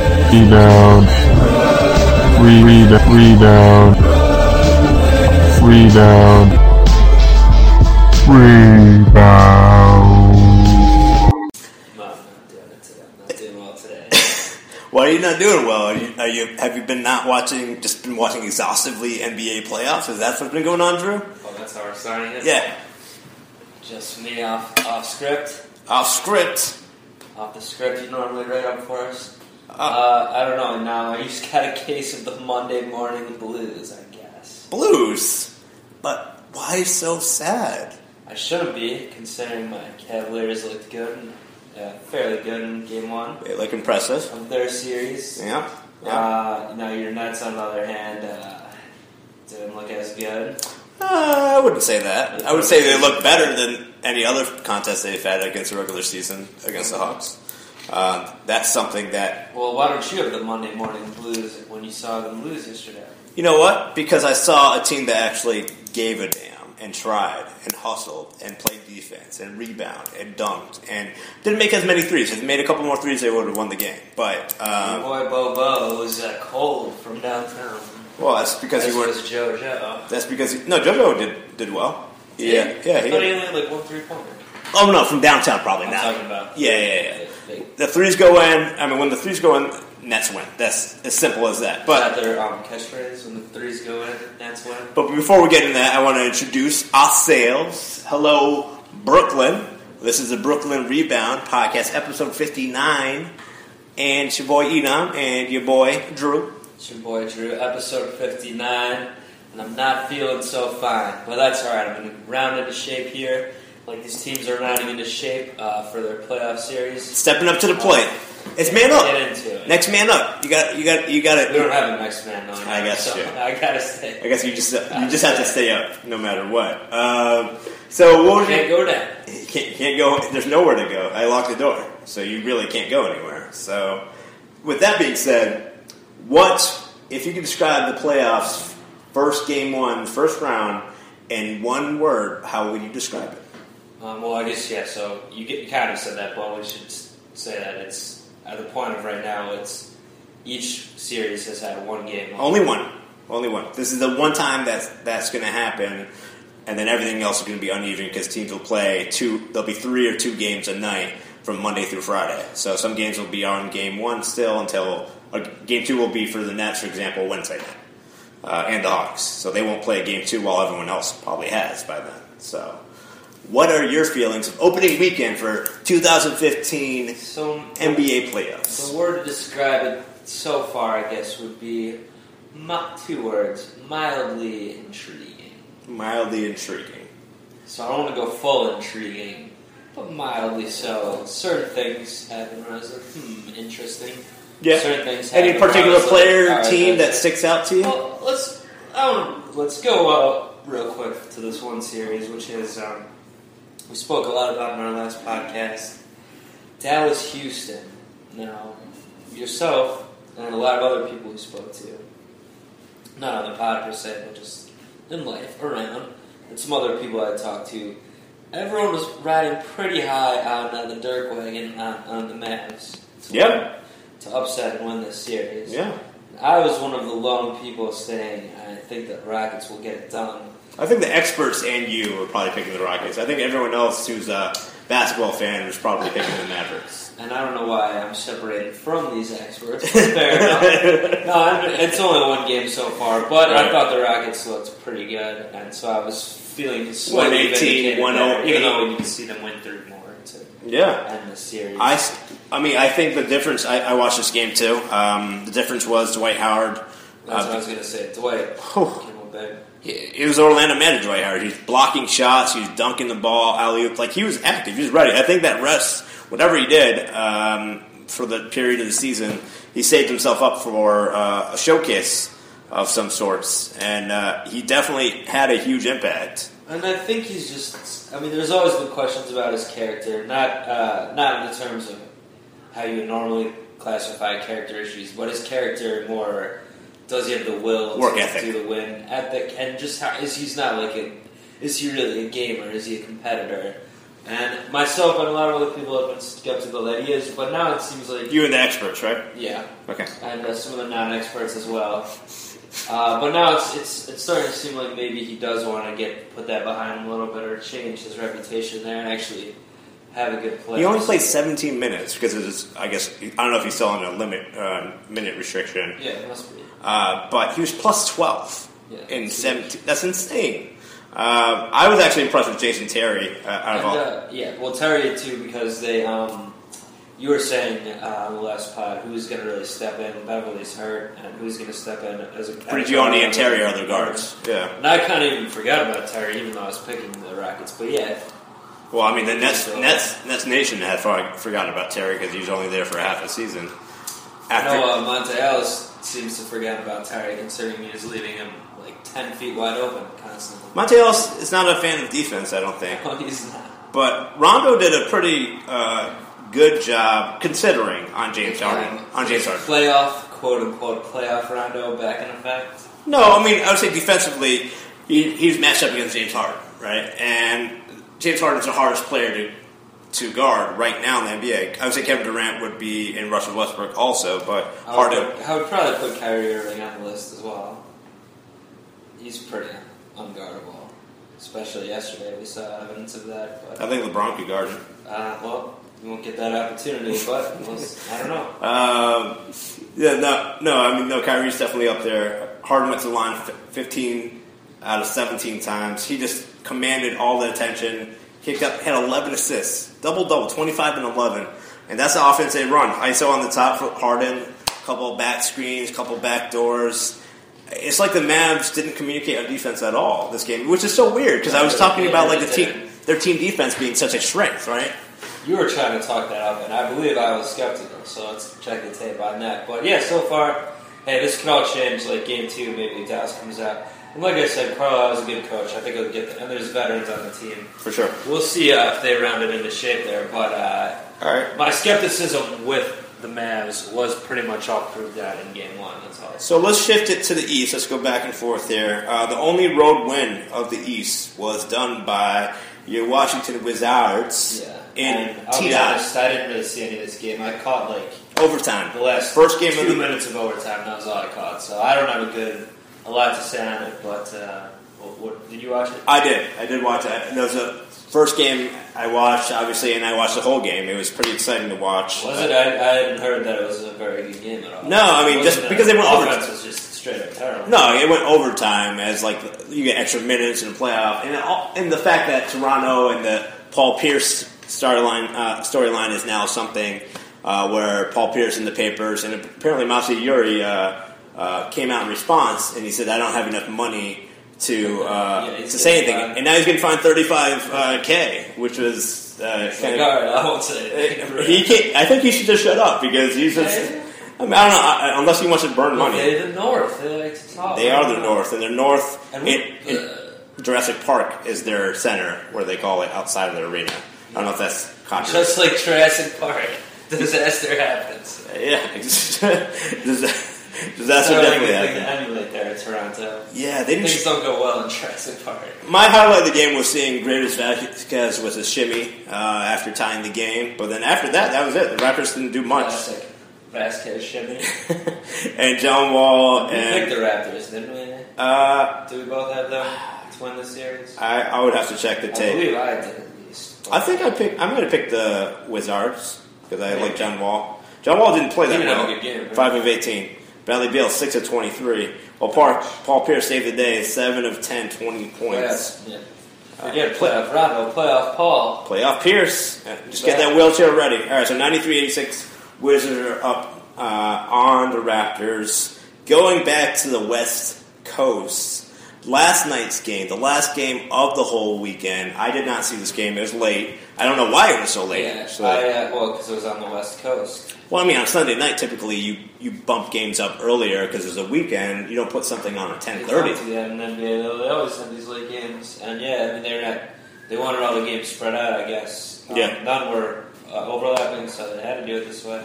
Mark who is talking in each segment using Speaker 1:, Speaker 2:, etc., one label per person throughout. Speaker 1: Rebound. Re- re- rebound. Rebound. Rebound.
Speaker 2: Not, doing it today. Not doing well today.
Speaker 3: Why are you not doing well? Are you, are you, have you been not watching, just been watching exhaustively NBA playoffs? Is that what's been going on, Drew?
Speaker 2: oh, that's how we're starting it.
Speaker 3: Yeah.
Speaker 2: Just me off off script,
Speaker 3: Off script.
Speaker 2: off the script you normally write up for us.
Speaker 3: Uh,
Speaker 2: Uh, I don't know. Now I just got a case of the Monday morning blues. I guess
Speaker 3: blues. But why so sad?
Speaker 2: I shouldn't be considering my Cavaliers looked good, and, uh, fairly good in Game One
Speaker 3: They look impressive.
Speaker 2: of their series.
Speaker 3: Yeah. yeah.
Speaker 2: Uh, now your Nets, on the other hand, uh, didn't look as good.
Speaker 3: Uh, I wouldn't say that. I would say they look better than any other contest they've had against the regular season against the Hawks. Uh, that's something that
Speaker 2: Well, why don't you have the Monday morning blues when you saw them lose yesterday?
Speaker 3: You know what? Because I saw a team that actually gave a damn and tried and hustled and played defense and rebounded and dunked and didn't make as many threes. If they made a couple more threes, they would have won the game. But
Speaker 2: Your
Speaker 3: um,
Speaker 2: boy Bobo was uh, cold from downtown.
Speaker 3: well, that's because
Speaker 2: As
Speaker 3: he was.
Speaker 2: was JoJo.
Speaker 3: That's because he, no, JoJo did did well. Yeah, yeah.
Speaker 2: But he
Speaker 3: He,
Speaker 2: only had like one three pointer.
Speaker 3: oh no, from downtown probably
Speaker 2: I'm
Speaker 3: not.
Speaker 2: talking about.
Speaker 3: Yeah, yeah, yeah.
Speaker 2: They
Speaker 3: The threes go in. I mean, when the threes go in, Nets win. That's as simple as that. But
Speaker 2: got their um, catchphrase when the threes go in. That's when.
Speaker 3: But before we get into that, I want to introduce ourselves. Hello, Brooklyn. This is the Brooklyn Rebound Podcast, episode 59. And it's your boy Enam and your boy Drew.
Speaker 2: It's your boy Drew, episode fifty nine, and I'm not feeling so fine, but that's all right. I'm gonna round into shape here. Like these teams are rounding into shape uh, for their playoff series.
Speaker 3: Stepping up to the plate. It's man
Speaker 2: Get
Speaker 3: up.
Speaker 2: into it.
Speaker 3: Next man up. You got you got you got
Speaker 2: we don't
Speaker 3: to
Speaker 2: have a next man on.
Speaker 3: I guess
Speaker 2: so
Speaker 3: you.
Speaker 2: I gotta stay.
Speaker 3: I guess you just you just have to stay up no matter what. Um, so what was your
Speaker 2: Can't go down.
Speaker 3: You can't, can't go. There's nowhere to go. I locked the door, so you really can't go anywhere. So, with that being said, what if you could describe the playoffs, first game one, first round, in one word? How would you describe it?
Speaker 2: Um, well, I guess yeah. So you, get, you kind of said that, but we should s- say that it's at the point of right now. It's each series has had one game. on.
Speaker 3: Only one. Only one. This is the one time that's that's going to happen, and then everything else is going to be uneven because teams will play two. There'll be three or two games a night from Monday through Friday. So some games will be on game one still until or game two will be for the Nets, for example, Wednesday night, uh, and the Hawks. So they won't play game two while everyone else probably has by then. So. What are your feelings of opening weekend for 2015
Speaker 2: So
Speaker 3: NBA playoffs?
Speaker 2: the word to describe it so far, I guess, would be mi- two words: mildly intriguing.
Speaker 3: Mildly intriguing.
Speaker 2: So I don't want to go full intriguing, but mildly so. Certain things happen where I was like, hmm, interesting. Certain things.
Speaker 3: Any
Speaker 2: happen where I
Speaker 3: particular
Speaker 2: was like,
Speaker 3: player
Speaker 2: all
Speaker 3: or
Speaker 2: right,
Speaker 3: team that
Speaker 2: that's-
Speaker 3: sticks out to you?
Speaker 2: Well, let's I don't, let's go uh, real quick to this one series, which is um, we spoke a lot about in our last podcast. Dallas, Houston. Now, yourself and a lot of other people we spoke to, not on the pod per se, but just in life around, and some other people I talked to. Everyone was riding pretty high on uh, the Dirk wagon on, on the Mavs. to-
Speaker 3: Yeah.
Speaker 2: To upset and win this series.
Speaker 3: Yeah,
Speaker 2: I was one of the lone people saying I think that Rockets will get it done.
Speaker 3: I think the experts and you were probably picking the Rockets. I think everyone else who's a basketball fan was probably picking the Mavericks.
Speaker 2: And I don't know why I'm separated from these experts. but Fair enough. No, I'm, it's only one game so far, but I
Speaker 3: Right.
Speaker 2: thought the Rockets looked pretty good, and so I was feeling slightly
Speaker 3: 118,
Speaker 2: vindicated there,
Speaker 3: 108.
Speaker 2: even though we need to see them win three more to
Speaker 3: Yeah,
Speaker 2: end the series.
Speaker 3: I, s- I mean, I think the difference. I, I watched this game too. Um, the difference was Dwight Howard.
Speaker 2: That's what I
Speaker 3: Uh,
Speaker 2: was going to say. Dwight
Speaker 3: Whew.
Speaker 2: came up big.
Speaker 3: it was Orlando Magic Dwight Howard. He's blocking shots. He's dunking the ball, alley oop. Like he was active. He was ready. I think that rest, whatever he did um, for the period of the season, he saved himself up for uh, a showcase of some sorts, and uh, he definitely had a huge impact.
Speaker 2: And I think he's just. I mean, there's always been questions about his character, not uh, not in the terms of how you would normally classify character issues, but his character more. Does he have the will
Speaker 3: Work
Speaker 2: to
Speaker 3: ethic.
Speaker 2: do the win ethic, and just how is he's not like a? Is he really a gamer? Is he a competitor? And myself and a lot of other people have been skeptical that he is, but now it seems like
Speaker 3: You and the experts, right?
Speaker 2: yeah,
Speaker 3: Okay.
Speaker 2: and uh, some of the non-experts as well. Uh, but now it's it's it's starting to seem like maybe he does want to get put that behind him a little bit or change his reputation there and actually have a good play.
Speaker 3: He only played 17 minutes because it was, I guess, I don't know if he's still on a limit uh, minute restriction,
Speaker 2: yeah, it must be.
Speaker 3: uh, but he was plus 12
Speaker 2: Yeah.
Speaker 3: in 17. That's insane. Uh, I was actually impressed with Jason Terry uh, out of
Speaker 2: And,
Speaker 3: all.
Speaker 2: uh, yeah, well, Terry too, because they, um, you were saying uh, on the last pod who's going to really step in. Beverly's hurt, and who's going to step in as a
Speaker 3: Brigioni and Terry are their guards. Yeah.
Speaker 2: And I kind of even forgot about Terry, even though I was picking the Rockets. But yeah,
Speaker 3: Well, I mean, the Nets, Nets, Nets Nation had for- forgotten about Terry because he was only there for half a season.
Speaker 2: I
Speaker 3: After,
Speaker 2: know uh, Monte Ellis seems to forget about Terry, considering he was leaving him like ten feet wide open constantly.
Speaker 3: Monteos is not a fan of defense, I don't think.
Speaker 2: No, he's not.
Speaker 3: But Rondo did a pretty uh, good job considering on James Harden. On James Harden.
Speaker 2: Playoff, quote unquote, playoff Rondo back in effect.
Speaker 3: No, I mean I would say defensively, he, he was matched up against James Harden, right? And James Harden's the hardest player to to guard right now in the NBA. I would say Kevin Durant would be in Russell Westbrook also, but
Speaker 2: I would,
Speaker 3: Harden.
Speaker 2: put- I would probably put Kyrie Irving on the list as well. He's pretty unguardable, especially yesterday. We saw evidence of that. But
Speaker 3: I think LeBron could guard him.
Speaker 2: uh, well, you won't get that opportunity. But we'll s- I don't know.
Speaker 3: Um, yeah, no, no. I mean, no. Kyrie's definitely up there. Harden went to the line f- 15 out of 17 times. He just commanded all the attention. Kicked up, had 11 assists, double double, 25 and 11, and that's the offense they run. ISO on the top for Harden, couple back screens, couple back doors. It's like the Mavs didn't communicate on defense at all this game, which is so weird because I was talking about like the team, their team defense being such a strength, right?
Speaker 2: You were trying to talk that up, and I believe I was skeptical, so let's check the tape on that. But yeah, so far, hey, this could all change. Like game two, maybe Dallas comes out. And like I said, Carlisle's a good coach. I think he'll get there. And there's veterans on the team.
Speaker 3: For sure.
Speaker 2: We'll see uh, if they round it into shape there. But uh,
Speaker 3: All right.
Speaker 2: my skepticism with the Mavs was pretty much all proved out in game one. That's all.
Speaker 3: So let's shift it to the East. Let's go back and forth here. Uh, the only road win of the East was done by your Washington Wizards
Speaker 2: Yeah.
Speaker 3: in
Speaker 2: and I'll
Speaker 3: T
Speaker 2: be
Speaker 3: dot
Speaker 2: honest, I didn't really see any of this game. I caught like
Speaker 3: overtime.
Speaker 2: the last
Speaker 3: First game
Speaker 2: two
Speaker 3: of the
Speaker 2: minutes of overtime. That was all I caught. So I don't have a good a lot to say on it. But uh, what, what, did you watch it?
Speaker 3: I did. I did watch it. And There was a first game I watched, obviously, and I watched the whole game. It was pretty exciting to watch.
Speaker 2: Was it? I, I hadn't heard that it was a very good game at all.
Speaker 3: No, I mean,
Speaker 2: It
Speaker 3: just
Speaker 2: wasn't
Speaker 3: because they
Speaker 2: a-
Speaker 3: went
Speaker 2: offense was just straight up terrible.
Speaker 3: No, it went overtime as like you get extra minutes in the playoff, and all, and the fact that Toronto and the Paul Pierce storyline uh, storyline is now something uh, where Paul Pierce in the papers, and apparently Masai Uri uh, uh, came out in response, and he said, "I don't have enough money to uh,
Speaker 2: Yeah,
Speaker 3: to
Speaker 2: he's
Speaker 3: say
Speaker 2: getting
Speaker 3: anything,"
Speaker 2: fined.
Speaker 3: and now he's getting fined thirty five k, which was uh,
Speaker 2: It's
Speaker 3: kind
Speaker 2: like,
Speaker 3: of
Speaker 2: all right, I won't say anything.
Speaker 3: he can't, I think he should just shut up because he's just. I, mean, I don't know I- I- unless he wants to burn money.
Speaker 2: They're the North. They like to talk.
Speaker 3: They are the North, and they're North.
Speaker 2: Oh. And
Speaker 3: in,
Speaker 2: we- uh,
Speaker 3: in Jurassic Park is their center, where they call it outside of their arena. I don't know if that's conscious.
Speaker 2: Just like Jurassic Park, disaster happens.
Speaker 3: yeah, disaster
Speaker 2: Sorry, I
Speaker 3: definitely
Speaker 2: can think
Speaker 3: happened.
Speaker 2: of emulate there in Toronto.
Speaker 3: Yeah, they didn't.
Speaker 2: Things don't go well in Jurassic Park.
Speaker 3: My highlight of the game was seeing Greatest Vasquez with a shimmy uh, after tying the game, but then after that, that was it. The Raptors didn't do much.
Speaker 2: Classic Vasquez shimmy. We
Speaker 3: and John Wall
Speaker 2: picked
Speaker 3: and
Speaker 2: the Raptors, didn't we?
Speaker 3: uh,
Speaker 2: Do we both have them to win the series? I,
Speaker 3: I, I would have to check the tape.
Speaker 2: believe I did at least.
Speaker 3: I think I pick. I'm going to pick the Wizards because I like John Wall. John Wall didn't play
Speaker 2: He
Speaker 3: that
Speaker 2: didn't have
Speaker 3: well.
Speaker 2: a good game, right?
Speaker 3: Five of eighteen. Bradley Beal six of twenty three. Well, Park, Paul Pierce saved the day. Seven of 10, 20 points.
Speaker 2: playoff. Yeah. Forget playoff Rondo, playoff Paul.
Speaker 3: Playoff Pierce. Uh, Just get that wheelchair ready. All right, so 93-86, Wizards are up uh, on the Raptors. Going back to the West Coast. Last night's game, the last game of the whole weekend. I did not see this game. It was late. I don't know why it was so late.
Speaker 2: Yeah,
Speaker 3: actually.
Speaker 2: I, uh, well, because it was on the West Coast.
Speaker 3: Well, I mean, on Sunday night, typically you, you bump games up earlier because there's a weekend. You don't put something on at ten
Speaker 2: They
Speaker 3: thirty.
Speaker 2: talked to the NBA, though. They always have these late games, and yeah, I mean they're not. They wanted all the games spread out, I guess. Um,
Speaker 3: Yeah.
Speaker 2: None were uh, overlapping, so they had to do it this way.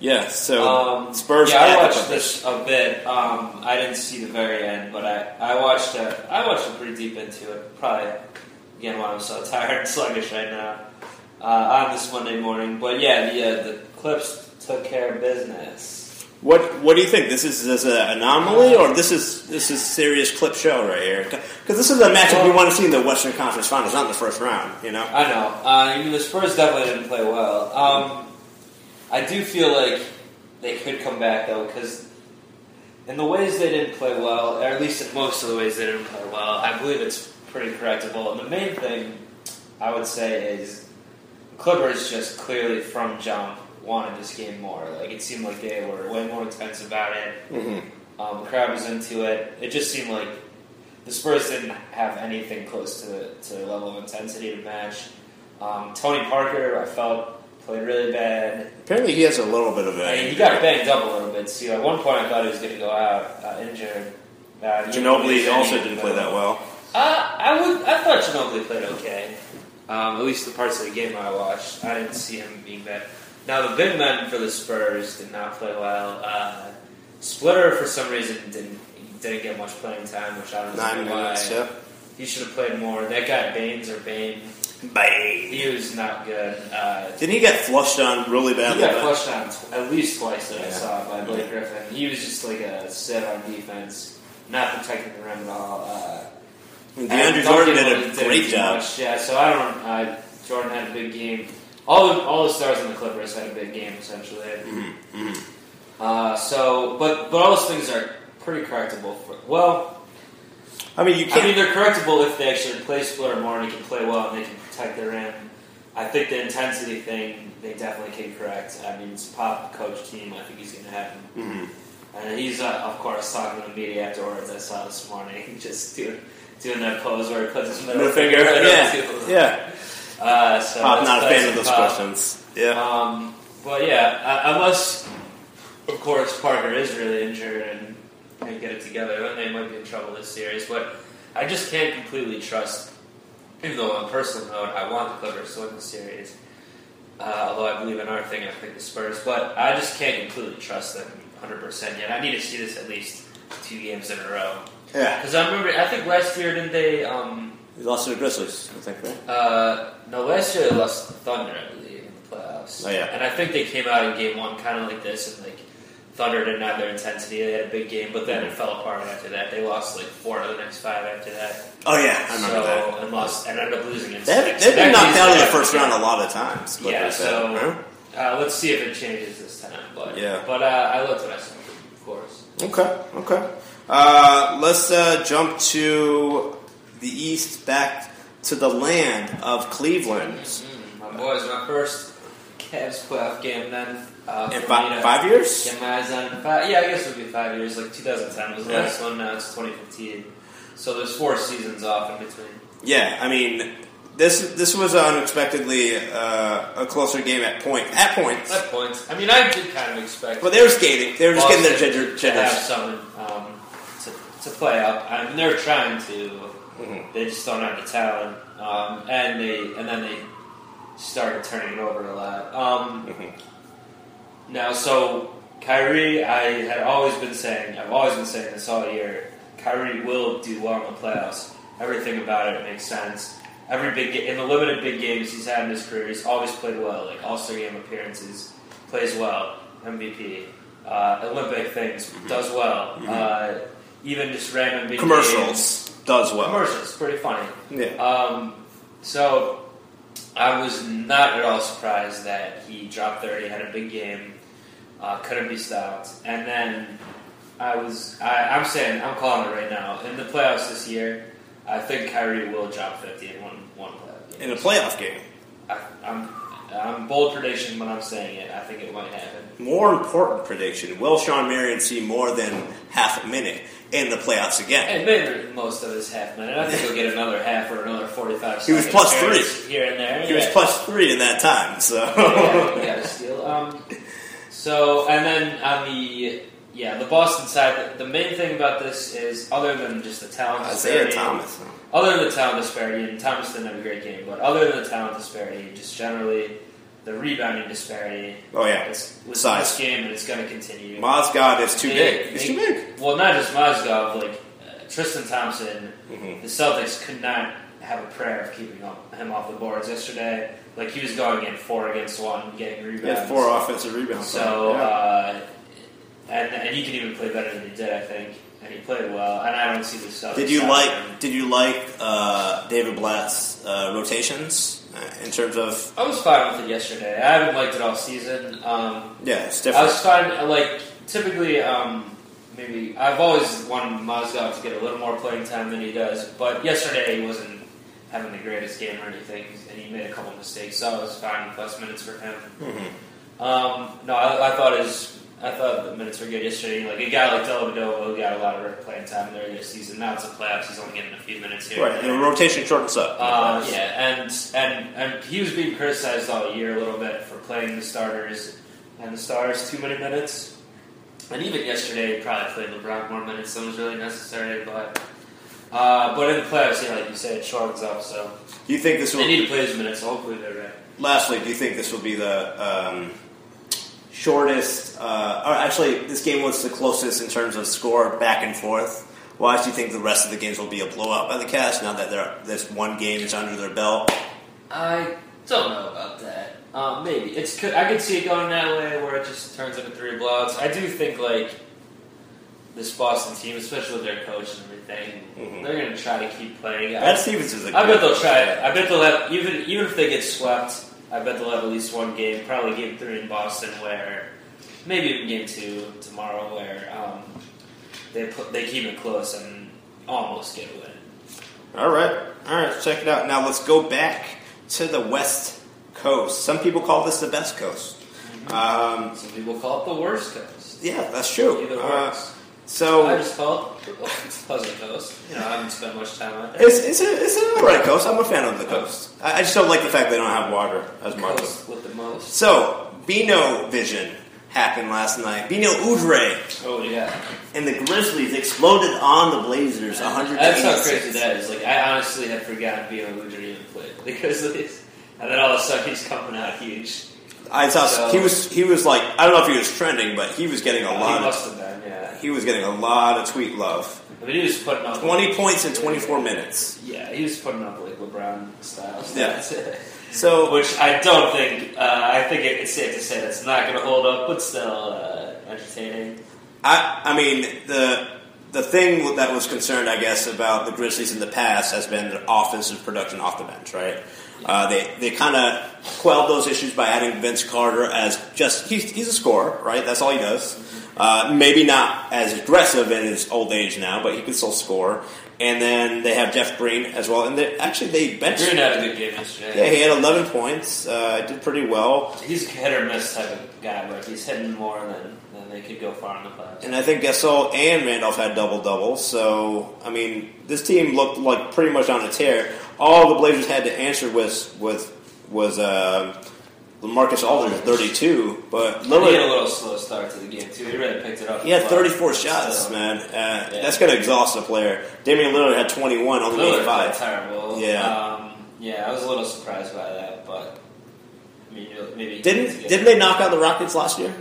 Speaker 3: Yeah, so
Speaker 2: Um,
Speaker 3: Spurs.
Speaker 2: Yeah,
Speaker 3: at
Speaker 2: I
Speaker 3: the
Speaker 2: watched
Speaker 3: Clippers.
Speaker 2: this a bit. Um, I didn't see the very end, but I, I watched it. I watched it pretty deep into it. Probably again why I'm so tired and sluggish right now. uh, on this Monday morning. But yeah, the, uh, the Clips took care of business.
Speaker 3: What What do you think? This is this an anomaly, or this is this is serious clip show right here? Because this is a matchup we want to see in the Western Conference Finals, not in the first round. You know,
Speaker 2: I know. Uh, you know, the Spurs definitely didn't play well. Um, I do feel like they could come back though, because in the ways they didn't play well, or at least in most of the ways they didn't play well, I believe it's pretty correctable. And the main thing I would say is Clippers just clearly from jump wanted this game more. Like it seemed like they were way more intense about it.
Speaker 3: Mm-hmm.
Speaker 2: Um, the crowd was into it. It just seemed like the Spurs didn't have anything close to to their level of intensity to match. Um, Tony Parker, I felt played really bad.
Speaker 3: apparently he has a little bit of
Speaker 2: I mean,
Speaker 3: a.
Speaker 2: he got banged up a little bit. See, at one point I thought he was going to go out uh, injured. Uh,
Speaker 3: Ginobili also didn't play that well.
Speaker 2: Uh, I would. I thought Ginobili played okay. Um, at least the parts of the game I watched, I didn't see him being bad. Now the big men for the Spurs did not play well. Uh, Splitter for some reason didn't didn't get much playing time, which I don't
Speaker 3: Nine
Speaker 2: know why.
Speaker 3: minutes, yeah.
Speaker 2: He should have played more. That guy Baines or Bain,
Speaker 3: Bang.
Speaker 2: he was not good. Uh,
Speaker 3: Then he got flushed on really
Speaker 2: he
Speaker 3: badly.
Speaker 2: got
Speaker 3: by-
Speaker 2: flushed on tw- at least twice that I
Speaker 3: Yeah.
Speaker 2: saw by Blake
Speaker 3: Yeah.
Speaker 2: Griffin. He was just like a sit on defense, not protecting the rim at all. Uh,
Speaker 3: DeAndre
Speaker 2: and Duncan
Speaker 3: Jordan did
Speaker 2: wasn't
Speaker 3: a
Speaker 2: doing
Speaker 3: great
Speaker 2: too
Speaker 3: job.
Speaker 2: much, Yeah, so I don't. Uh, Jordan had a big game. All the all the stars on the Clippers had a big game essentially.
Speaker 3: Mm-hmm.
Speaker 2: Uh, so, but but all those things are pretty correctable. For, well,
Speaker 3: I mean, you
Speaker 2: I mean
Speaker 3: can't.
Speaker 2: they're correctable if they actually play Splitter more and he can play well and they can protect their rim. I think the intensity thing they definitely can correct. I mean, it's a pop coach team. I think he's going to have him
Speaker 3: Mhm.
Speaker 2: and he's, uh, of course, talking to the media afterwards. I saw this morning, just doing, doing that pose where he puts his middle,
Speaker 3: Middle finger.
Speaker 2: right up
Speaker 3: Yeah.
Speaker 2: to-
Speaker 3: Yeah.
Speaker 2: Uh, so
Speaker 3: Pop
Speaker 2: that's
Speaker 3: not a fan
Speaker 2: classic
Speaker 3: of those
Speaker 2: Pop.
Speaker 3: questions. Yeah.
Speaker 2: Um, but yeah, uh, unless, of course, Parker is really injured and they get it together, then they might be in trouble this series. But I just can't completely trust, even though on a personal note, I want the Clippers to win the series. Uh, although I believe in our thing, I think the Spurs. But I just can't completely trust them 100% yet. I need to see this at least two games in a row.
Speaker 3: Yeah.
Speaker 2: Because I remember, I think last year, didn't they. Um,
Speaker 3: He lost to the Grizzlies, I think, right?
Speaker 2: uh, no, last year they lost to the Thunder, I believe, in the playoffs.
Speaker 3: Oh, yeah.
Speaker 2: And I think they came out in game one kind of like this, and like Thunder didn't have their intensity. They had a big game, but then it fell apart after that. They lost like four of the next five after that.
Speaker 3: Oh, yeah. I remember
Speaker 2: so,
Speaker 3: that.
Speaker 2: And lost and ended up losing. in
Speaker 3: They've,
Speaker 2: six.
Speaker 3: they've
Speaker 2: That
Speaker 3: been knocked
Speaker 2: season-
Speaker 3: out in the first round a lot of times. but
Speaker 2: Yeah.
Speaker 3: they said,
Speaker 2: So
Speaker 3: huh?
Speaker 2: uh, let's see if it changes this time. But
Speaker 3: Yeah.
Speaker 2: But uh, I looked what I saw, of course.
Speaker 3: Okay, okay. Uh, let's uh, jump to the east, back to the land of Cleveland.
Speaker 2: Mm, my boys, my first Cavs playoff game then. Uh,
Speaker 3: In
Speaker 2: for me
Speaker 3: fi-
Speaker 2: to-
Speaker 3: five years?
Speaker 2: Get my eyes on five. Yeah, I guess it would be five years. Like 2010 was the
Speaker 3: Yeah.
Speaker 2: last one. Now it's 2015. So there's four seasons off in between.
Speaker 3: Yeah, I mean, this this was unexpectedly uh, a closer game at point at points,
Speaker 2: That points. I mean, I did kind of expect.
Speaker 3: but they were skating. They were just getting their
Speaker 2: Boston
Speaker 3: ginger,
Speaker 2: to have
Speaker 3: ginger.
Speaker 2: someone um, to, to play up. I mean, they're trying to.
Speaker 3: Mm-hmm.
Speaker 2: They just don't have the talent, um, and they and then they started turning it over a lot. Um,
Speaker 3: Mm-hmm.
Speaker 2: Now, so Kyrie, I had always been saying, I've always been saying this all year. Kyrie will do well in the playoffs. Everything about it makes sense. Every big ga- in the limited big games he's had in his career, he's always played well. Like All Star game appearances, plays well. MVP, uh, Olympic things, does well. Uh, even just random big games.
Speaker 3: Commercials does well.
Speaker 2: commercials, pretty funny.
Speaker 3: Yeah,
Speaker 2: Um, so I was not at all surprised that he dropped 30, had a big game, uh, couldn't be stopped. And then I was, I, I'm saying, I'm calling it right now. In the playoffs this year, I think Kyrie will drop 50 in one, one playoff game.
Speaker 3: in a playoff game.
Speaker 2: I, I'm, I'm bold prediction when I'm saying it. I think it might happen.
Speaker 3: More important prediction: Will Sean Marion see more than half a minute in the playoffs again?
Speaker 2: And maybe most of his half minute. I think he'll get another half or another 45
Speaker 3: He was
Speaker 2: second
Speaker 3: plus
Speaker 2: carries Here and there.
Speaker 3: He was
Speaker 2: yeah.
Speaker 3: plus three in that time, so.
Speaker 2: yeah, you gotta steal. Um, so, and then on the yeah, the Boston side, the, the main thing about this is other than just the talent
Speaker 3: Isaiah
Speaker 2: disparity,
Speaker 3: Thomas.
Speaker 2: other than the talent disparity, and Thomas didn't have a great game, but other than the talent disparity, just generally the rebounding disparity.
Speaker 3: Oh, yeah.
Speaker 2: it's was in
Speaker 3: Size.
Speaker 2: this game and it's going to continue.
Speaker 3: Mozgov is too
Speaker 2: They-
Speaker 3: big. He's
Speaker 2: they-
Speaker 3: too big.
Speaker 2: Well, not just Mozgov, like uh, Tristan Thompson.
Speaker 3: Mhm.
Speaker 2: The Celtics could not have a prayer of keeping up, him off the boards yesterday. Like he was going in four against one, getting rebounds.
Speaker 3: He had four offensive rebounds.
Speaker 2: So,
Speaker 3: Yeah.
Speaker 2: uh, and, and he can even play better than he did, I think. And he played well, and I don't see the stuff.
Speaker 3: Did you like? Did you like uh, David Blatt's uh, rotations uh, in terms of?
Speaker 2: I was fine with it yesterday. I haven't liked it all season. Um,
Speaker 3: Yeah, it's
Speaker 2: I
Speaker 3: different.
Speaker 2: was fine. Like typically, um, maybe I've always wanted Mozgov to get a little more playing time than he does. But yesterday he wasn't having the greatest game or anything, and he made a couple mistakes. So I was fine with less minutes for him.
Speaker 3: Mhm.
Speaker 2: Um, no, I, I thought his I thought the minutes were good yesterday. Like a guy like Dellavedova got a lot of playing time in the regular season. Now it's the playoffs; he's only getting a few minutes here.
Speaker 3: Right, and the rotation shortens up.
Speaker 2: Uh, yeah, and and and he was being criticized all year a little bit for playing the starters and the stars too many minutes. And even yesterday, he probably played LeBron more minutes than was really necessary. But uh, but in the playoffs, yeah, like you said, it shortens up. So
Speaker 3: Do you think this
Speaker 2: they
Speaker 3: will?
Speaker 2: need to play his minutes. So hopefully, they're right.
Speaker 3: Lastly, do you think this will be the um, shortest? Uh, or actually, this game was the closest in terms of score back and forth. Why do you think the rest of the games will be a blowout by the Cavs now that they're, this one game is under their belt?
Speaker 2: I don't know about that. Uh, maybe it's. could- I could see it going that way, where it just turns into three blowouts. I do think like this Boston team, especially with their coach and everything,
Speaker 3: Mhm.
Speaker 2: they're going to try to keep playing. I,
Speaker 3: Brad Stevens is a
Speaker 2: Mm-hmm. I
Speaker 3: good-
Speaker 2: bet they'll try it. I bet they'll have even even if they get swept. I bet they'll have at least one game, probably game three in Boston, where maybe even game two tomorrow, where um, they put, they keep it close and almost get a win.
Speaker 3: All right, all right, check it out. Now let's go back to the West Coast. Some people call this the best coast. Um,
Speaker 2: Some people call it the worst coast.
Speaker 3: yeah, that's true.
Speaker 2: Mm-hmm. Either
Speaker 3: Uh,
Speaker 2: works. I
Speaker 3: so
Speaker 2: just call it Pleasant Coast. You know, I haven't spent much time on it.
Speaker 3: it's it's a, it's an alright coast. I'm a fan of the coast. I, I just don't like the fact they don't have water as much.
Speaker 2: Coast with the most.
Speaker 3: So Bino Vision happened last night. Bino Udre
Speaker 2: Oh yeah,
Speaker 3: and the Grizzlies exploded on the Blazers. 100.
Speaker 2: that's how crazy that is. Like I honestly had forgotten Bill Woodard even played because of this, and then all of a sudden he's coming out huge.
Speaker 3: I saw
Speaker 2: So-
Speaker 3: he was he was like I don't know if he was trending, but he was getting a
Speaker 2: he
Speaker 3: lot. Of,
Speaker 2: must have been. Yeah,
Speaker 3: he was getting a lot of tweet love.
Speaker 2: I mean he was putting up
Speaker 3: 20 points in 24 minutes.
Speaker 2: Yeah, he was putting up like LeBron style.
Speaker 3: Yeah.
Speaker 2: stats.
Speaker 3: So,
Speaker 2: which I don't think. Uh, I think it's safe to say that's not going to hold up, but still uh, entertaining.
Speaker 3: I, I mean, the the thing that was concerned, I guess, about the Grizzlies in the past has been their offensive production off the bench, right? Uh, they they kind of quelled those issues by adding Vince Carter as just he's, he's a scorer, right? That's all he does. Uh, maybe not as aggressive in his old age now, but he can still score. And then they have Jeff Green as well. And they, actually, they benched.
Speaker 2: Green had a good game yesterday.
Speaker 3: Yeah, he had 11 points. Uh, did pretty well.
Speaker 2: He's a hit or miss type of guy, where if he's hitting more than, than they could go far in the playoffs.
Speaker 3: And I think Gasol and Randolph had double doubles. So I mean, this team looked like pretty much on a tear. All the Blazers had to answer was was was uh, Lamarcus Aldridge thirty two,
Speaker 2: Lillard
Speaker 3: but
Speaker 2: had a
Speaker 3: Lillard
Speaker 2: little slow start to the game too. He really picked it up.
Speaker 3: he had
Speaker 2: But
Speaker 3: thirty four shots,
Speaker 2: still,
Speaker 3: man. Uh,
Speaker 2: Yeah.
Speaker 3: That's gonna exhaust a player. Damian Lillard had twenty one, only made
Speaker 2: Lillard played
Speaker 3: five.
Speaker 2: terrible.
Speaker 3: Yeah.
Speaker 2: um, yeah. I was a little surprised by that, but I mean, you- maybe
Speaker 3: Didn't didn't they knock out the Rockets last year?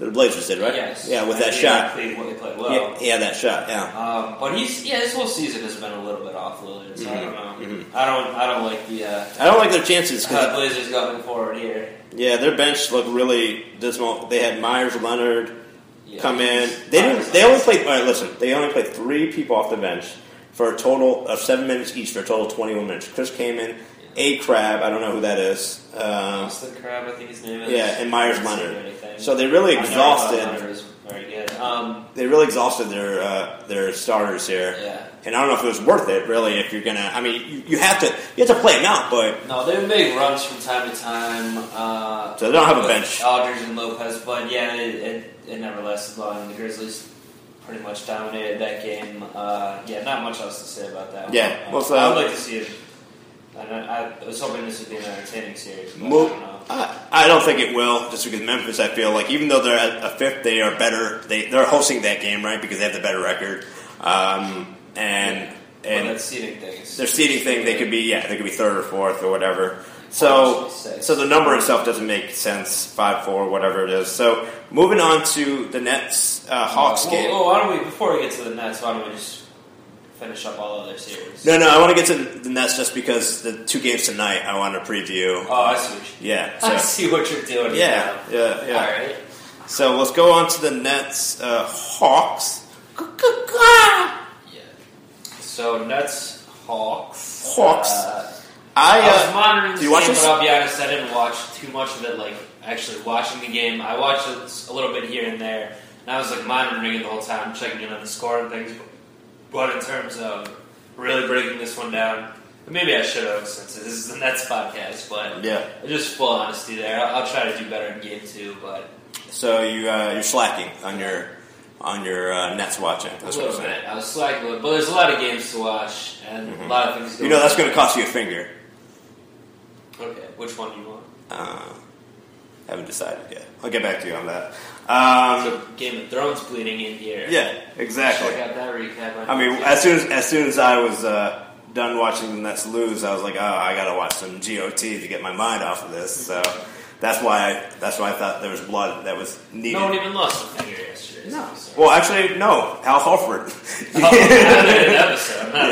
Speaker 3: The Blazers did, right?
Speaker 2: Yes.
Speaker 3: Yeah, with
Speaker 2: I
Speaker 3: that
Speaker 2: mean,
Speaker 3: shot.
Speaker 2: They played, they played well.
Speaker 3: Yeah, he had that shot. Yeah.
Speaker 2: Um, but he's yeah. This whole season has been a little bit off Lillard. So I don't know.
Speaker 3: Mhm.
Speaker 2: I don't. I don't like the uh,
Speaker 3: I don't like their chances because
Speaker 2: how Blazers going forward here.
Speaker 3: yeah, their bench looked really dismal. They had Myers, Leonard.
Speaker 2: Yeah.
Speaker 3: come in. They didn't. They only played. All right, listen. They only played three people off the bench for a total of seven minutes each for a total of twenty-one minutes. Chris came in, a crab. I don't know who that is. Um,
Speaker 2: Austin Crab, I think his name is.
Speaker 3: yeah, and Myers Leonard.
Speaker 2: Leonard.
Speaker 3: So they really
Speaker 2: I never thought
Speaker 3: exhausted.
Speaker 2: Leonard was Very good. Um,
Speaker 3: They really exhausted their uh, their starters here.
Speaker 2: yeah.
Speaker 3: And I don't know if it was worth it, really. If you're gonna, I mean, you, you have to you have to play them out, but
Speaker 2: No, they would make runs from time to time. Uh,
Speaker 3: so they don't have a bench.
Speaker 2: Aldridge and Lopez, but yeah, it, it, it never lasted long. The Grizzlies pretty much dominated that game. Uh, yeah, not much else to say about that. one.
Speaker 3: Yeah,
Speaker 2: Uh,
Speaker 3: well,
Speaker 2: I
Speaker 3: uh,
Speaker 2: would like to see it. I, don't- I was hoping this would be an entertaining series. But
Speaker 3: Mo-
Speaker 2: I don't know.
Speaker 3: I, I don't think it will, just because Memphis. I feel like even though they're at a fifth, they are better. They they're hosting that game right because they have the better record, um, and
Speaker 2: Well,
Speaker 3: and
Speaker 2: that seeding thing is
Speaker 3: their seeding thing they could be yeah they could be third or fourth or whatever. So
Speaker 2: Six.
Speaker 3: so the number itself doesn't make sense five four whatever it is. So moving on to the Nets uh, Hawks
Speaker 2: Well,
Speaker 3: game.
Speaker 2: well, why don't we before we get to the Nets? Why don't we just finish up all other series.
Speaker 3: No, no, I want to get to the Nets just because the two games tonight I want to preview.
Speaker 2: Oh, I see. What you,
Speaker 3: Yeah,
Speaker 2: I
Speaker 3: so,
Speaker 2: see what you're doing.
Speaker 3: yeah,
Speaker 2: now.
Speaker 3: yeah, yeah.
Speaker 2: All right.
Speaker 3: So let's go on to the Nets uh, Hawks.
Speaker 2: Yeah. So Nets, Hawks.
Speaker 3: Hawks.
Speaker 2: Uh,
Speaker 3: I,
Speaker 2: I was
Speaker 3: uh,
Speaker 2: monitoring the
Speaker 3: do you watch
Speaker 2: game,
Speaker 3: this?
Speaker 2: but I'll be honest, I didn't watch too much of it. Like actually watching the game, I watched it a little bit here and there, and I was like monitoring it the whole time, checking in on the score and things. But in terms of really breaking this one down, maybe I should have since this is the Nets podcast. But
Speaker 3: uh, yeah.
Speaker 2: just full honesty there, I'll, I'll try to do better in game two. But
Speaker 3: So you uh, you're slacking on your on your uh, Nets watching.
Speaker 2: a
Speaker 3: That's what I'm
Speaker 2: little
Speaker 3: saying. Mm-hmm.
Speaker 2: bit, I was slacking. a little- But there's a lot of games to watch and a lot of things.
Speaker 3: You know that's going to cost you a finger.
Speaker 2: Okay, which one do you want?
Speaker 3: Uh, haven't decided yet. I'll get back to you on that. Um,
Speaker 2: So Game of Thrones bleeding in here.
Speaker 3: yeah, exactly.
Speaker 2: Check out that recap. on
Speaker 3: I mean,
Speaker 2: YouTube.
Speaker 3: as soon as, as soon as I was uh, done watching the Nets lose, I was like, oh, I gotta watch some GOT to get my mind off of this. So that's why I, that's why I thought there was blood that was needed.
Speaker 2: no one even lost a finger yesterday. No. Episode.
Speaker 3: well, actually, no, Al Horford.
Speaker 2: Oh, not in an episode, not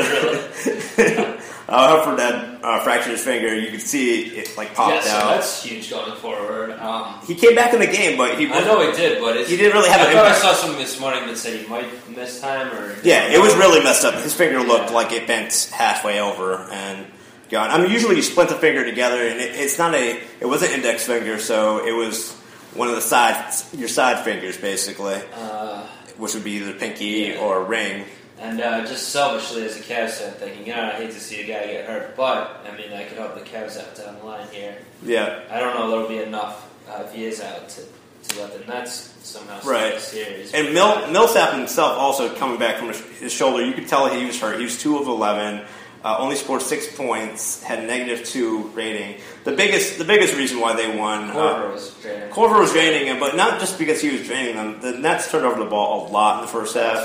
Speaker 2: really.
Speaker 3: Al Horford had uh, fractured his finger. You could see it like
Speaker 2: Yeah,
Speaker 3: popped
Speaker 2: so
Speaker 3: out.
Speaker 2: that's huge going forward. Um,
Speaker 3: he came back in the game, but he
Speaker 2: I know he did, but it's,
Speaker 3: He didn't really have
Speaker 2: I
Speaker 3: an
Speaker 2: thought I
Speaker 3: impact.
Speaker 2: saw something this morning that said he might miss time or.
Speaker 3: Yeah, it was really messed up. His finger looked like it bent halfway over and gone. I mean, usually you split the finger together, and it, it's not a. It was an index finger, so it was one of the sides, your side fingers, basically,
Speaker 2: Uh,
Speaker 3: which would be either pinky
Speaker 2: Yeah.
Speaker 3: or ring.
Speaker 2: and uh, just selfishly as a Cavs fan, thinking, you know, I hate to see a guy get hurt, but I mean, I could help the Cavs out down the line here.
Speaker 3: Yeah,
Speaker 2: I don't know if there'll be enough uh, if he is out to, to let the Nets somehow stay
Speaker 3: Right.
Speaker 2: the series.
Speaker 3: and Mil, Millsap himself also coming back from his, his shoulder. You could tell he was hurt. He was two of eleven. Uh, only scored six points, had a negative two rating. The biggest, the biggest reason why they won. uh,
Speaker 2: Corver was draining.
Speaker 3: Corver was draining him, but not just because he was draining them. The Nets turned over the ball a lot in the first half.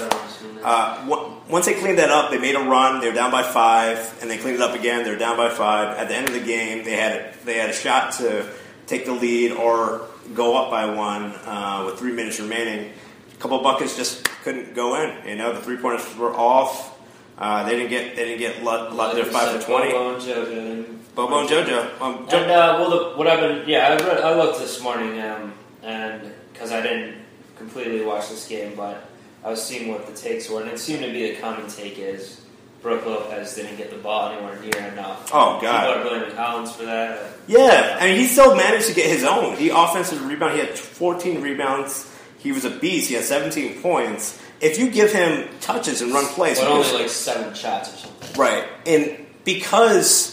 Speaker 3: Uh, w- once they cleaned that up, they made a run. They were down by five, and they cleaned it up again. They were down by five. At the end of the game, they had they had a shot to take the lead or go up by one uh, with three minutes remaining. A couple buckets just couldn't go in. You know, the three pointers were off. Uh, they didn't get they didn't get lot, lot their five for twenty.
Speaker 2: Bobo and JoJo.
Speaker 3: Bobo and JoJo. Um, Jo-
Speaker 2: And uh, well, the, what I've been, yeah, I, read, I looked this morning, um, and because I didn't completely watch this game, but I was seeing what the takes were, and it seemed to be a common take is Brooke Lopez didn't get the ball anywhere near enough.
Speaker 3: oh god.
Speaker 2: People are blaming Collins for that.
Speaker 3: Yeah, I mean, he still managed to get his own. He offensive rebound. He had 14 rebounds. He was a beast. He had 17 points. If you give him touches and run plays,
Speaker 2: But
Speaker 3: he
Speaker 2: only
Speaker 3: can-
Speaker 2: like seven shots or something.
Speaker 3: right? And because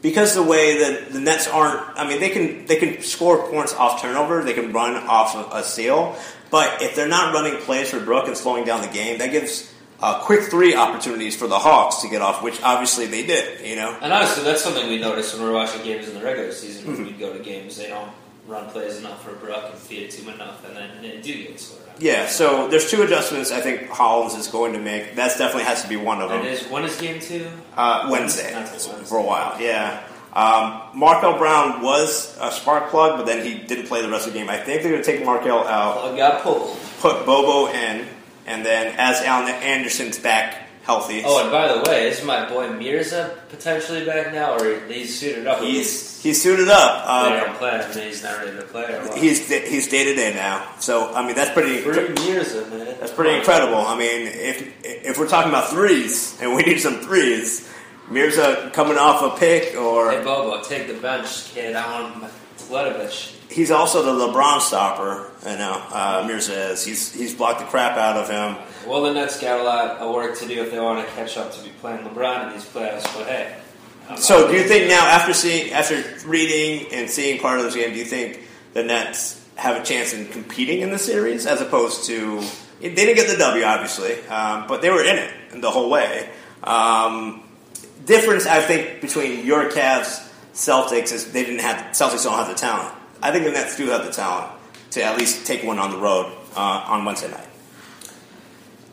Speaker 3: because the way that the Nets aren't, I mean, they can they can score points off turnover. They can run off of a steal, but if they're not running plays for Brook and slowing down the game, that gives. Uh, quick three opportunities for the Hawks to get off, which obviously they did. You know,
Speaker 2: And honestly, that's something we noticed when we were watching games in the regular season. When we'd go to games, they don't run plays enough for Brooke and feed it to him enough, and then they do get scored on.
Speaker 3: Yeah, so there's two adjustments I think Hollins is going to make. That definitely has to be one of
Speaker 2: And
Speaker 3: them.
Speaker 2: is, when is game two?
Speaker 3: Uh, Wednesday,
Speaker 2: Not till Wednesday.
Speaker 3: for a while, yeah. Um, Markel Brown was a spark plug, but then he didn't play the rest of the game. I think they're going to take Markel out,
Speaker 2: Plug got pulled.
Speaker 3: put Bobo in, and then as Alan Anderson's back healthy,
Speaker 2: Oh, and by the way, is my boy Mirza potentially back now, or he's suited up?
Speaker 3: he's he's suited up.
Speaker 2: they
Speaker 3: Uh,
Speaker 2: don't play him, and he's not ready to play. Or what?
Speaker 3: he's he's day to day now, so I mean that's pretty
Speaker 2: Free Mirza, man.
Speaker 3: That's pretty incredible. I mean, if if we're talking about threes and we need some threes, Mirza coming off a pick,
Speaker 2: Hey
Speaker 3: or
Speaker 2: Bobo, take the bench, kid. I want Ledovich.
Speaker 3: he's also the LeBron stopper. You know, uh, Mirza is. He's he's blocked the crap out of him.
Speaker 2: Well, the Nets got a lot of work to do if they want to catch up to be playing LeBron in these playoffs. But hey, I'm
Speaker 3: So, do you think now after seeing after reading and seeing part of this game, do you think the Nets have a chance in competing in the series as opposed to they didn't get the W obviously, um, but they were in it the whole way. Um, difference I think between your Cavs Celtics is they didn't have Celtics don't have the talent. I think the Nets do have the talent to at least take one on the road uh, on Wednesday night.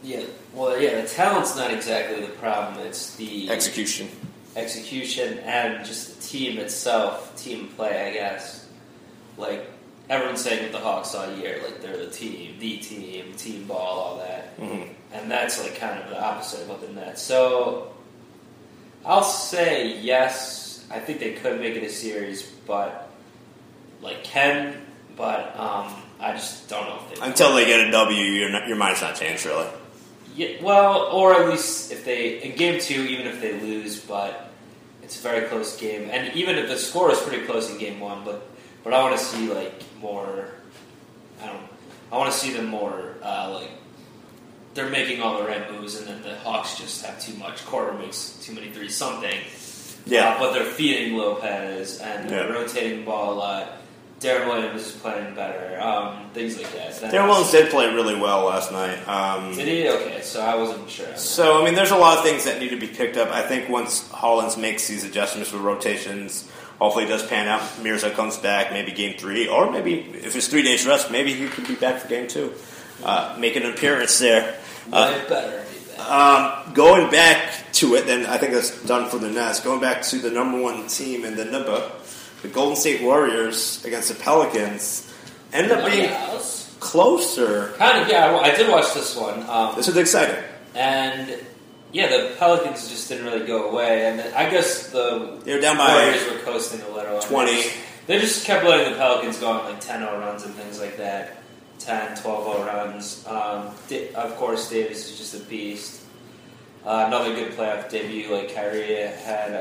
Speaker 2: yeah. Well, yeah, the talent's not exactly the problem. It's the
Speaker 3: Execution.
Speaker 2: execution and just the team itself, team play, I guess. Like everyone's saying with the Hawks all year, like they're the team, the team, team ball, all that.
Speaker 3: Mhm.
Speaker 2: and that's like kind of the opposite of what the Nets. So I'll say yes. I think they could make it a series, but like can, but um, I just don't know if they.
Speaker 3: Until they get a W, your your mind's not changed really.
Speaker 2: Yeah, well, or at least if they in game two, even if they lose, but it's a very close game, and even if the score is pretty close in game one, but but I want to see like more. I don't. I want to see them more uh, like they're making all the right moves, and then the Hawks just have too much. Carter makes too many threes, something. Uh,
Speaker 3: Yeah,
Speaker 2: but they're feeding Lopez and they're
Speaker 3: Yeah.
Speaker 2: rotating the ball a lot. Darren Williams is playing better. Um, things like that. Then-
Speaker 3: Darren Williams did play really well last night.
Speaker 2: Did
Speaker 3: Um,
Speaker 2: he? Okay, so I wasn't sure. on that.
Speaker 3: so I mean, there's a lot of things that need to be picked up. I think once Hollins makes these adjustments with rotations, hopefully it does pan out. Mirza comes back, maybe game three, or maybe if it's three days rest, maybe he could be back for game two, uh, make an appearance there. Uh,
Speaker 2: Might better be that.
Speaker 3: Um, going back to it, then I think that's done for the Nets. Going back to the number one team in the NBA, the Golden State Warriors against the Pelicans ended up being closer.
Speaker 2: Kind of, yeah. I wa- I did watch this one, um,
Speaker 3: This was exciting.
Speaker 2: and yeah, the Pelicans just didn't really go away. And I guess the
Speaker 3: They were down by
Speaker 2: Warriors were coasting a little.
Speaker 3: 20.
Speaker 2: They just kept letting the Pelicans go on like 10-0 runs and things like that. 10, 12-0 runs. Um, Da- of course, Davis is just a beast. Uh, another good playoff debut. Like Kyrie had, uh,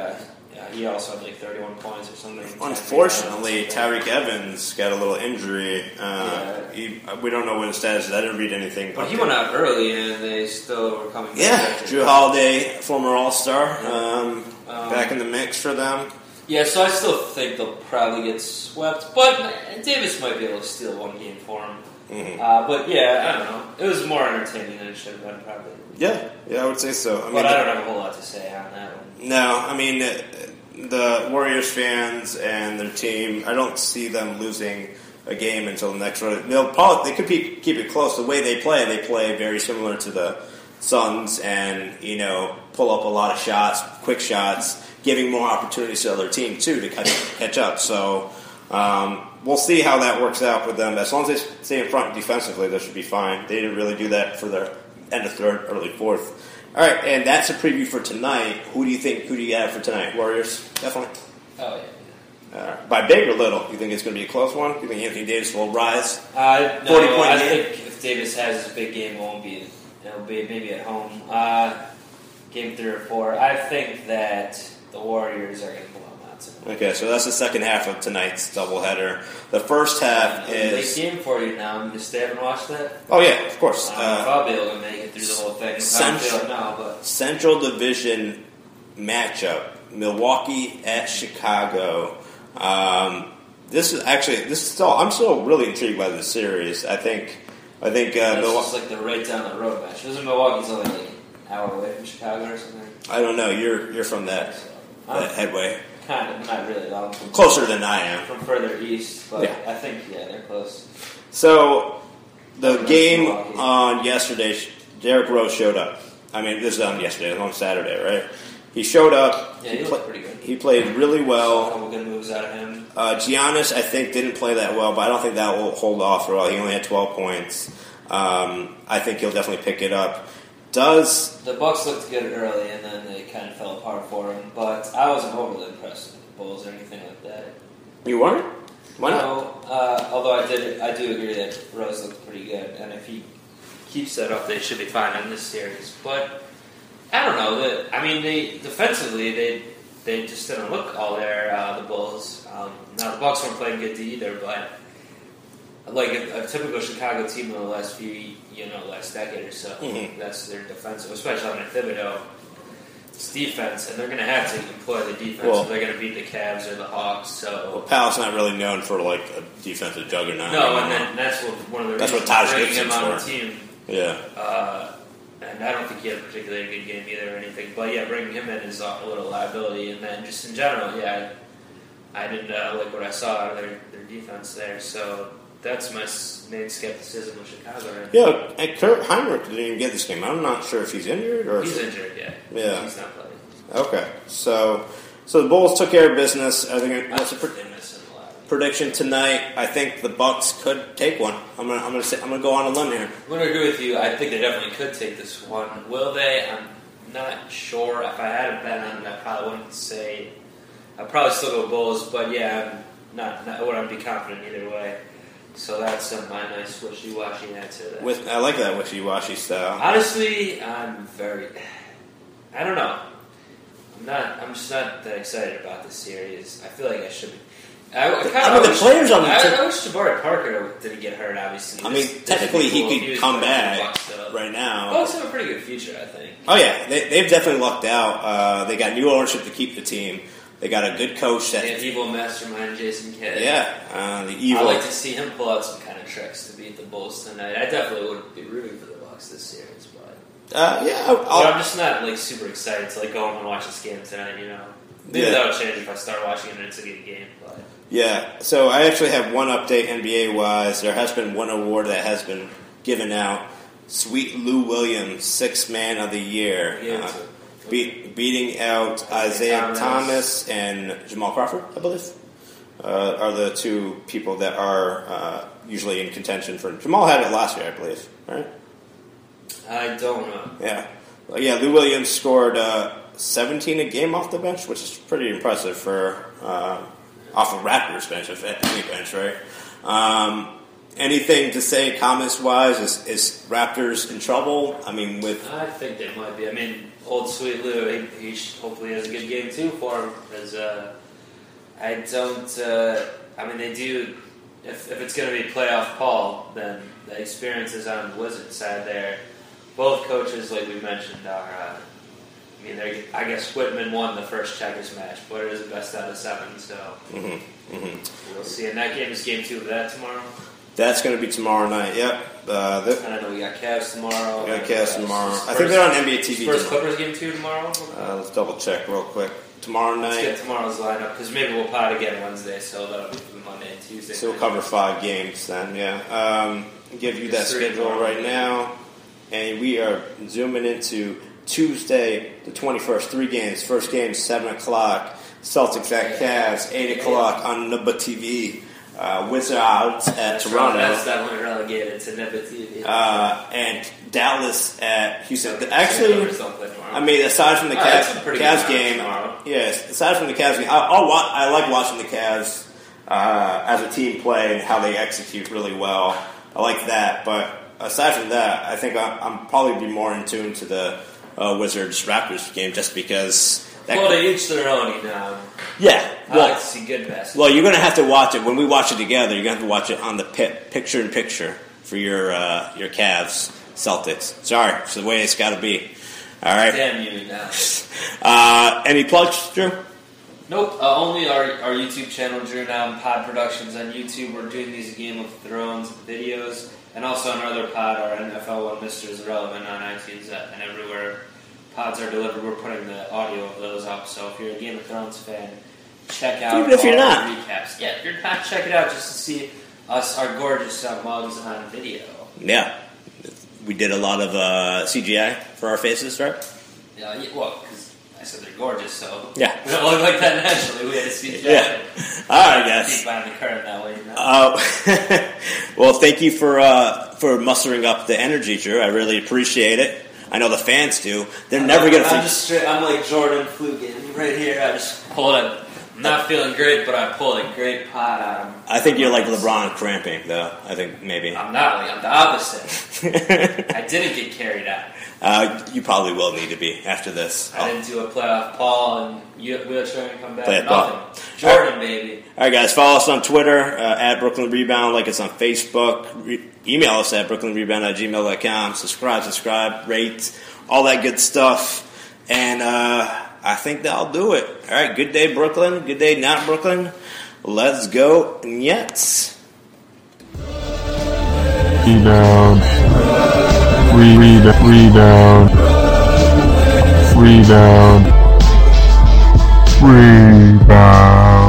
Speaker 2: uh, he also had like 31 points or something.
Speaker 3: Unfortunately, Tyreek Evans got a little injury. Uh,
Speaker 2: Yeah.
Speaker 3: he, we don't know what his status is. I didn't read anything.
Speaker 2: But he
Speaker 3: about
Speaker 2: went out early, and they still were coming.
Speaker 3: it.
Speaker 2: back
Speaker 3: Yeah,
Speaker 2: after.
Speaker 3: Drew Holiday, former All Star, um,
Speaker 2: Um,
Speaker 3: back in the mix for them.
Speaker 2: Yeah, so I still think they'll probably get swept, but Davis might be able to steal one game for him.
Speaker 3: Mhm.
Speaker 2: Uh, but yeah, I don't know. It was more entertaining than it should have been, probably.
Speaker 3: Yeah, yeah, I would say so. I mean,
Speaker 2: But I don't have a whole lot to say on that one.
Speaker 3: No, I mean uh, the Warriors fans and their team. I don't see them losing a game until the next round. They'll probably they could be, keep it close. The way they play, they play very similar to the Suns, and you know pull up a lot of shots, quick shots, giving more opportunities to other team too to catch, catch up. So. Um, We'll see how that works out with them. As long as they stay in front defensively, they should be fine. They didn't really do that for their end of third, early fourth. All right, and that's a preview for tonight. Who do you think? Who do you have for tonight? Warriors, definitely.
Speaker 2: Oh,
Speaker 3: Uh, by big or little, you think it's going to be a close one? You think Anthony Davis will rise?
Speaker 2: yeah. Uh, no,
Speaker 3: 40 point
Speaker 2: I
Speaker 3: game.
Speaker 2: think if Davis has his big game, it won't be. It'll be maybe at home. Uh, game three or four. I think that the Warriors are going to blow them out tonight.
Speaker 3: Okay, so that's the second half of tonight's doubleheader. The first half
Speaker 2: Late
Speaker 3: is
Speaker 2: game for you now. I'm going to stay up and watch that.
Speaker 3: oh yeah, of course.
Speaker 2: I don't know if
Speaker 3: Uh,
Speaker 2: I'll be able to make it through the whole thing. I don't feel
Speaker 3: Central- Uh,
Speaker 2: it now, but.
Speaker 3: Central Division matchup: Milwaukee at Chicago. Um, this is actually this is still. I'm still really intrigued by this series. I think. I think uh,
Speaker 2: That's
Speaker 3: Milwaukee.
Speaker 2: just like the right down the road match. Isn't Milwaukee's only like an hour away from Chicago or something?
Speaker 3: I don't know. You're you're from that,
Speaker 2: So,
Speaker 3: that
Speaker 2: I'm
Speaker 3: Uh, headway.
Speaker 2: kind of not really. I'm from,
Speaker 3: closer than I am.
Speaker 2: from further east, but
Speaker 3: Yeah.
Speaker 2: I think yeah, they're close.
Speaker 3: So the
Speaker 2: That's
Speaker 3: game
Speaker 2: Milwaukee.
Speaker 3: on yesterday, Derek Rose showed up. I mean, this is on yesterday, it was on Saturday, right? He showed up.
Speaker 2: Yeah,
Speaker 3: he,
Speaker 2: he
Speaker 3: pla-
Speaker 2: looked pretty good.
Speaker 3: he played really
Speaker 2: A
Speaker 3: well.
Speaker 2: couple good moves out of him.
Speaker 3: Uh, Giannis, I think, didn't play that well, but I don't think that will hold off for all. He only had 12 points. Um, I think he'll definitely pick it up. Does
Speaker 2: The Bucks looked good early, and then they kind of fell apart for him. But I wasn't overly impressed with the Bulls or anything like that.
Speaker 3: you weren't? Why not?
Speaker 2: No, uh, although I did, I do agree that Rose looked pretty good, and if he keeps that up, they should be fine in this series. But I don't know. The, I mean, they defensively, they they just didn't look all there. Uh, the Bulls. Um, now the Bucks weren't playing good either, but like a, a typical Chicago team in the last few, you know, last decade or so,
Speaker 3: Mhm.
Speaker 2: that's their defensive, especially under Thibodeau. It's defense, and they're going to have to employ the defense.
Speaker 3: Well-
Speaker 2: if they're going to beat the Cavs or the Hawks. So
Speaker 3: Well, Powell's not really known for like a defensive juggernaut.
Speaker 2: no, and then that's what one of the
Speaker 3: That's what
Speaker 2: reasons
Speaker 3: Taj
Speaker 2: bringing him
Speaker 3: Gibson's
Speaker 2: on
Speaker 3: for.
Speaker 2: the team.
Speaker 3: yeah.
Speaker 2: Uh, and I don't think he had a particularly good game either or anything. But yeah, bringing him in is a little liability. And then just in general, yeah, I, I didn't uh, like what I saw out of their, their defense there. So that's my s- main skepticism with Chicago. Right?
Speaker 3: Yeah, and Kurt Heinrich didn't even get this game. I'm not sure if he's injured or.
Speaker 2: He's injured, yeah.
Speaker 3: Yeah.
Speaker 2: He's not playing.
Speaker 3: okay, so so the Bulls took care of business. I think
Speaker 2: I
Speaker 3: that's a
Speaker 2: think
Speaker 3: pretty,
Speaker 2: they miss him a lot.
Speaker 3: prediction tonight. I think the Bucks could take one. I'm gonna I'm gonna say, I'm gonna go on a limb here.
Speaker 2: I'm going to agree with you. I think they definitely could take this one. Will they? I'm not sure. If I had a bet on it, I probably wouldn't say. I'd probably still go Bulls, but yeah, I'm not, not I wouldn't be confident either way. So that's uh, my nice wishy-washy answer. There.
Speaker 3: With I like that wishy-washy style.
Speaker 2: Honestly, I'm very. I don't know. I'm not. I'm just not that excited about this series. I feel like I should be. I, I kind
Speaker 3: I mean,
Speaker 2: of
Speaker 3: the
Speaker 2: wish,
Speaker 3: players on the
Speaker 2: I,
Speaker 3: team-
Speaker 2: I wish Jabari Parker didn't get hurt. Obviously,
Speaker 3: I mean,
Speaker 2: This- this would be
Speaker 3: technically he
Speaker 2: cool if
Speaker 3: could
Speaker 2: was
Speaker 3: come
Speaker 2: playing for the
Speaker 3: back,
Speaker 2: Bucks, though.
Speaker 3: Right now,
Speaker 2: Bucks have Oh, a pretty good future, I think.
Speaker 3: Oh yeah, they, they've definitely lucked out. Uh, they got new ownership to keep the team. They got a good coach that,
Speaker 2: They have evil mastermind Jason Kidd.
Speaker 3: yeah, uh, the
Speaker 2: I'd
Speaker 3: evil.
Speaker 2: like to see him pull out some kind of tricks to beat the Bulls tonight. I definitely would be rooting for the Bucks this series, but,
Speaker 3: Uh, yeah, I'll-
Speaker 2: but
Speaker 3: I'll-
Speaker 2: I'm just not like super excited to like go home and watch this game tonight. You know, maybe
Speaker 3: Yeah.
Speaker 2: that'll change if I start watching it and it's a good game. But
Speaker 3: yeah. So I actually have one update NBA wise. There has been one award that has been given out. Sweet Lou Williams, Sixth Man of the Year,
Speaker 2: Yeah,
Speaker 3: uh,
Speaker 2: it's a-
Speaker 3: be- beating out Isaiah
Speaker 2: Thomas.
Speaker 3: Thomas and Jamal Crawford, I believe, uh, are the two people that are uh, usually in contention for. Jamal had it last year, I believe, right?
Speaker 2: I don't know.
Speaker 3: Yeah. Well, yeah, Lou Williams scored uh, 17 a game off the bench, which is pretty impressive for uh, off a Raptors bench, if any bench, right? Um, anything to say comments wise? Is, is Raptors in trouble? I mean, with
Speaker 2: I think they might be. I mean, old sweet Lou, he, he sh- hopefully has a good game too for him. Because uh, I don't. Uh, I mean, they do. If, if it's going to be playoff Paul, then the experience is on the Wizards side there. Both coaches, like we mentioned, are. Uh, I mean, they're- I guess Whitman won the first checkers match, but it is the best out of seven, so
Speaker 3: mhm, mhm.
Speaker 2: we'll see. And that game is game two of that tomorrow.
Speaker 3: that's going to be tomorrow night. Yep. Uh, the,
Speaker 2: And I know we got Cavs tomorrow.
Speaker 3: we got Cavs tomorrow.
Speaker 2: Spurs-
Speaker 3: I think they're on NBA TV.
Speaker 2: Spurs
Speaker 3: tomorrow.
Speaker 2: Clippers game two tomorrow.
Speaker 3: Uh, let's double check real quick. Tomorrow
Speaker 2: Let's
Speaker 3: night,
Speaker 2: get tomorrow's lineup because maybe we'll pot again Wednesday, so that'll be for Monday and Tuesday.
Speaker 3: So we'll cover five games then, yeah. Um, give you that
Speaker 2: Just three
Speaker 3: schedule
Speaker 2: tomorrow.
Speaker 3: right now. And we are zooming into Tuesday, the 21st, three games. First game, 7 o'clock. Celtics at Cavs, 8 o'clock on Nubba TV. Uh, Wizards at
Speaker 2: That's right, That's
Speaker 3: Toronto.
Speaker 2: definitely relegated to Nibbit TV.
Speaker 3: Uh, and Dallas at Houston.
Speaker 2: So,
Speaker 3: Actually,
Speaker 2: Clippers don't play tomorrow.
Speaker 3: I mean, aside from the
Speaker 2: All right,
Speaker 3: Cavs,
Speaker 2: that's a pretty good
Speaker 3: Cavs
Speaker 2: lineup
Speaker 3: game,
Speaker 2: tomorrow.
Speaker 3: yes, aside from the Cavs game, I, I'll wa- I like watching the Cavs uh, as a team play and how they execute really well. I like that, but aside from that, I think I'm, I'm probably be more in tune to the uh, Wizards Raptors game just because. That,
Speaker 2: well, they Uh, each their own, you know.
Speaker 3: yeah,
Speaker 2: I
Speaker 3: well,
Speaker 2: like to see good basketball.
Speaker 3: well, you're gonna have to watch it when we watch it together. You're gonna have to watch it on the pit, picture in picture for your uh, your Cavs Celtics. Sorry, it's the way it's got to be. All right.
Speaker 2: Damn you now.
Speaker 3: Uh, any plugs, Drew?
Speaker 2: Nope, uh, only our, our YouTube channel, Drew Now and Pod Productions on YouTube. We're doing these Game of Thrones videos, and also on our other pod, our NFL one, Mr. is Relevant on iTunes uh, and everywhere pods are delivered. We're putting the audio of those up. So if you're a Game of Thrones fan, check out
Speaker 3: Even if you're
Speaker 2: all our
Speaker 3: not.
Speaker 2: recaps. Yeah, if you're not, check it out just to see us our gorgeous uh, mugs on video.
Speaker 3: Yeah, we did a lot of uh, CGI for our faces, right?
Speaker 2: Yeah, yeah, well, because I said they're gorgeous, so
Speaker 3: Yeah.
Speaker 2: we don't look like that naturally. We had to speak
Speaker 3: Yeah. All right, guys.
Speaker 2: Speak behind the curtain that way. You know?
Speaker 3: Uh, well, thank you for uh, for mustering up the energy, Drew. I really appreciate it. I know the fans do. They're never gonna.
Speaker 2: I'm
Speaker 3: forget
Speaker 2: just straight. I'm like Jordan Flugin right here. I just pulled it. I'm not feeling great, but I pulled a great pot out of him.
Speaker 3: I think you're like LeBron cramping, though. I think maybe.
Speaker 2: I'm not. Like, I'm the opposite. I didn't get carried out.
Speaker 3: uh, you probably will need to be after this.
Speaker 2: I didn't do a playoff Paul and you- wheelchair and come back.
Speaker 3: Oh. Playoff
Speaker 2: nothing.
Speaker 3: Paul.
Speaker 2: Jordan, baby.
Speaker 3: All right, guys, follow us on Twitter uh, at Brooklyn Rebound, like us on Facebook. Re- email us at brooklynrebound at gmail.com. Subscribe, subscribe, rate, all that good stuff. And uh, I think that'll do it. All right, good day, Brooklyn. Good day, not Brooklyn. Let's go, Nets.
Speaker 1: Three down. Three, three, three down. Three down. Three down.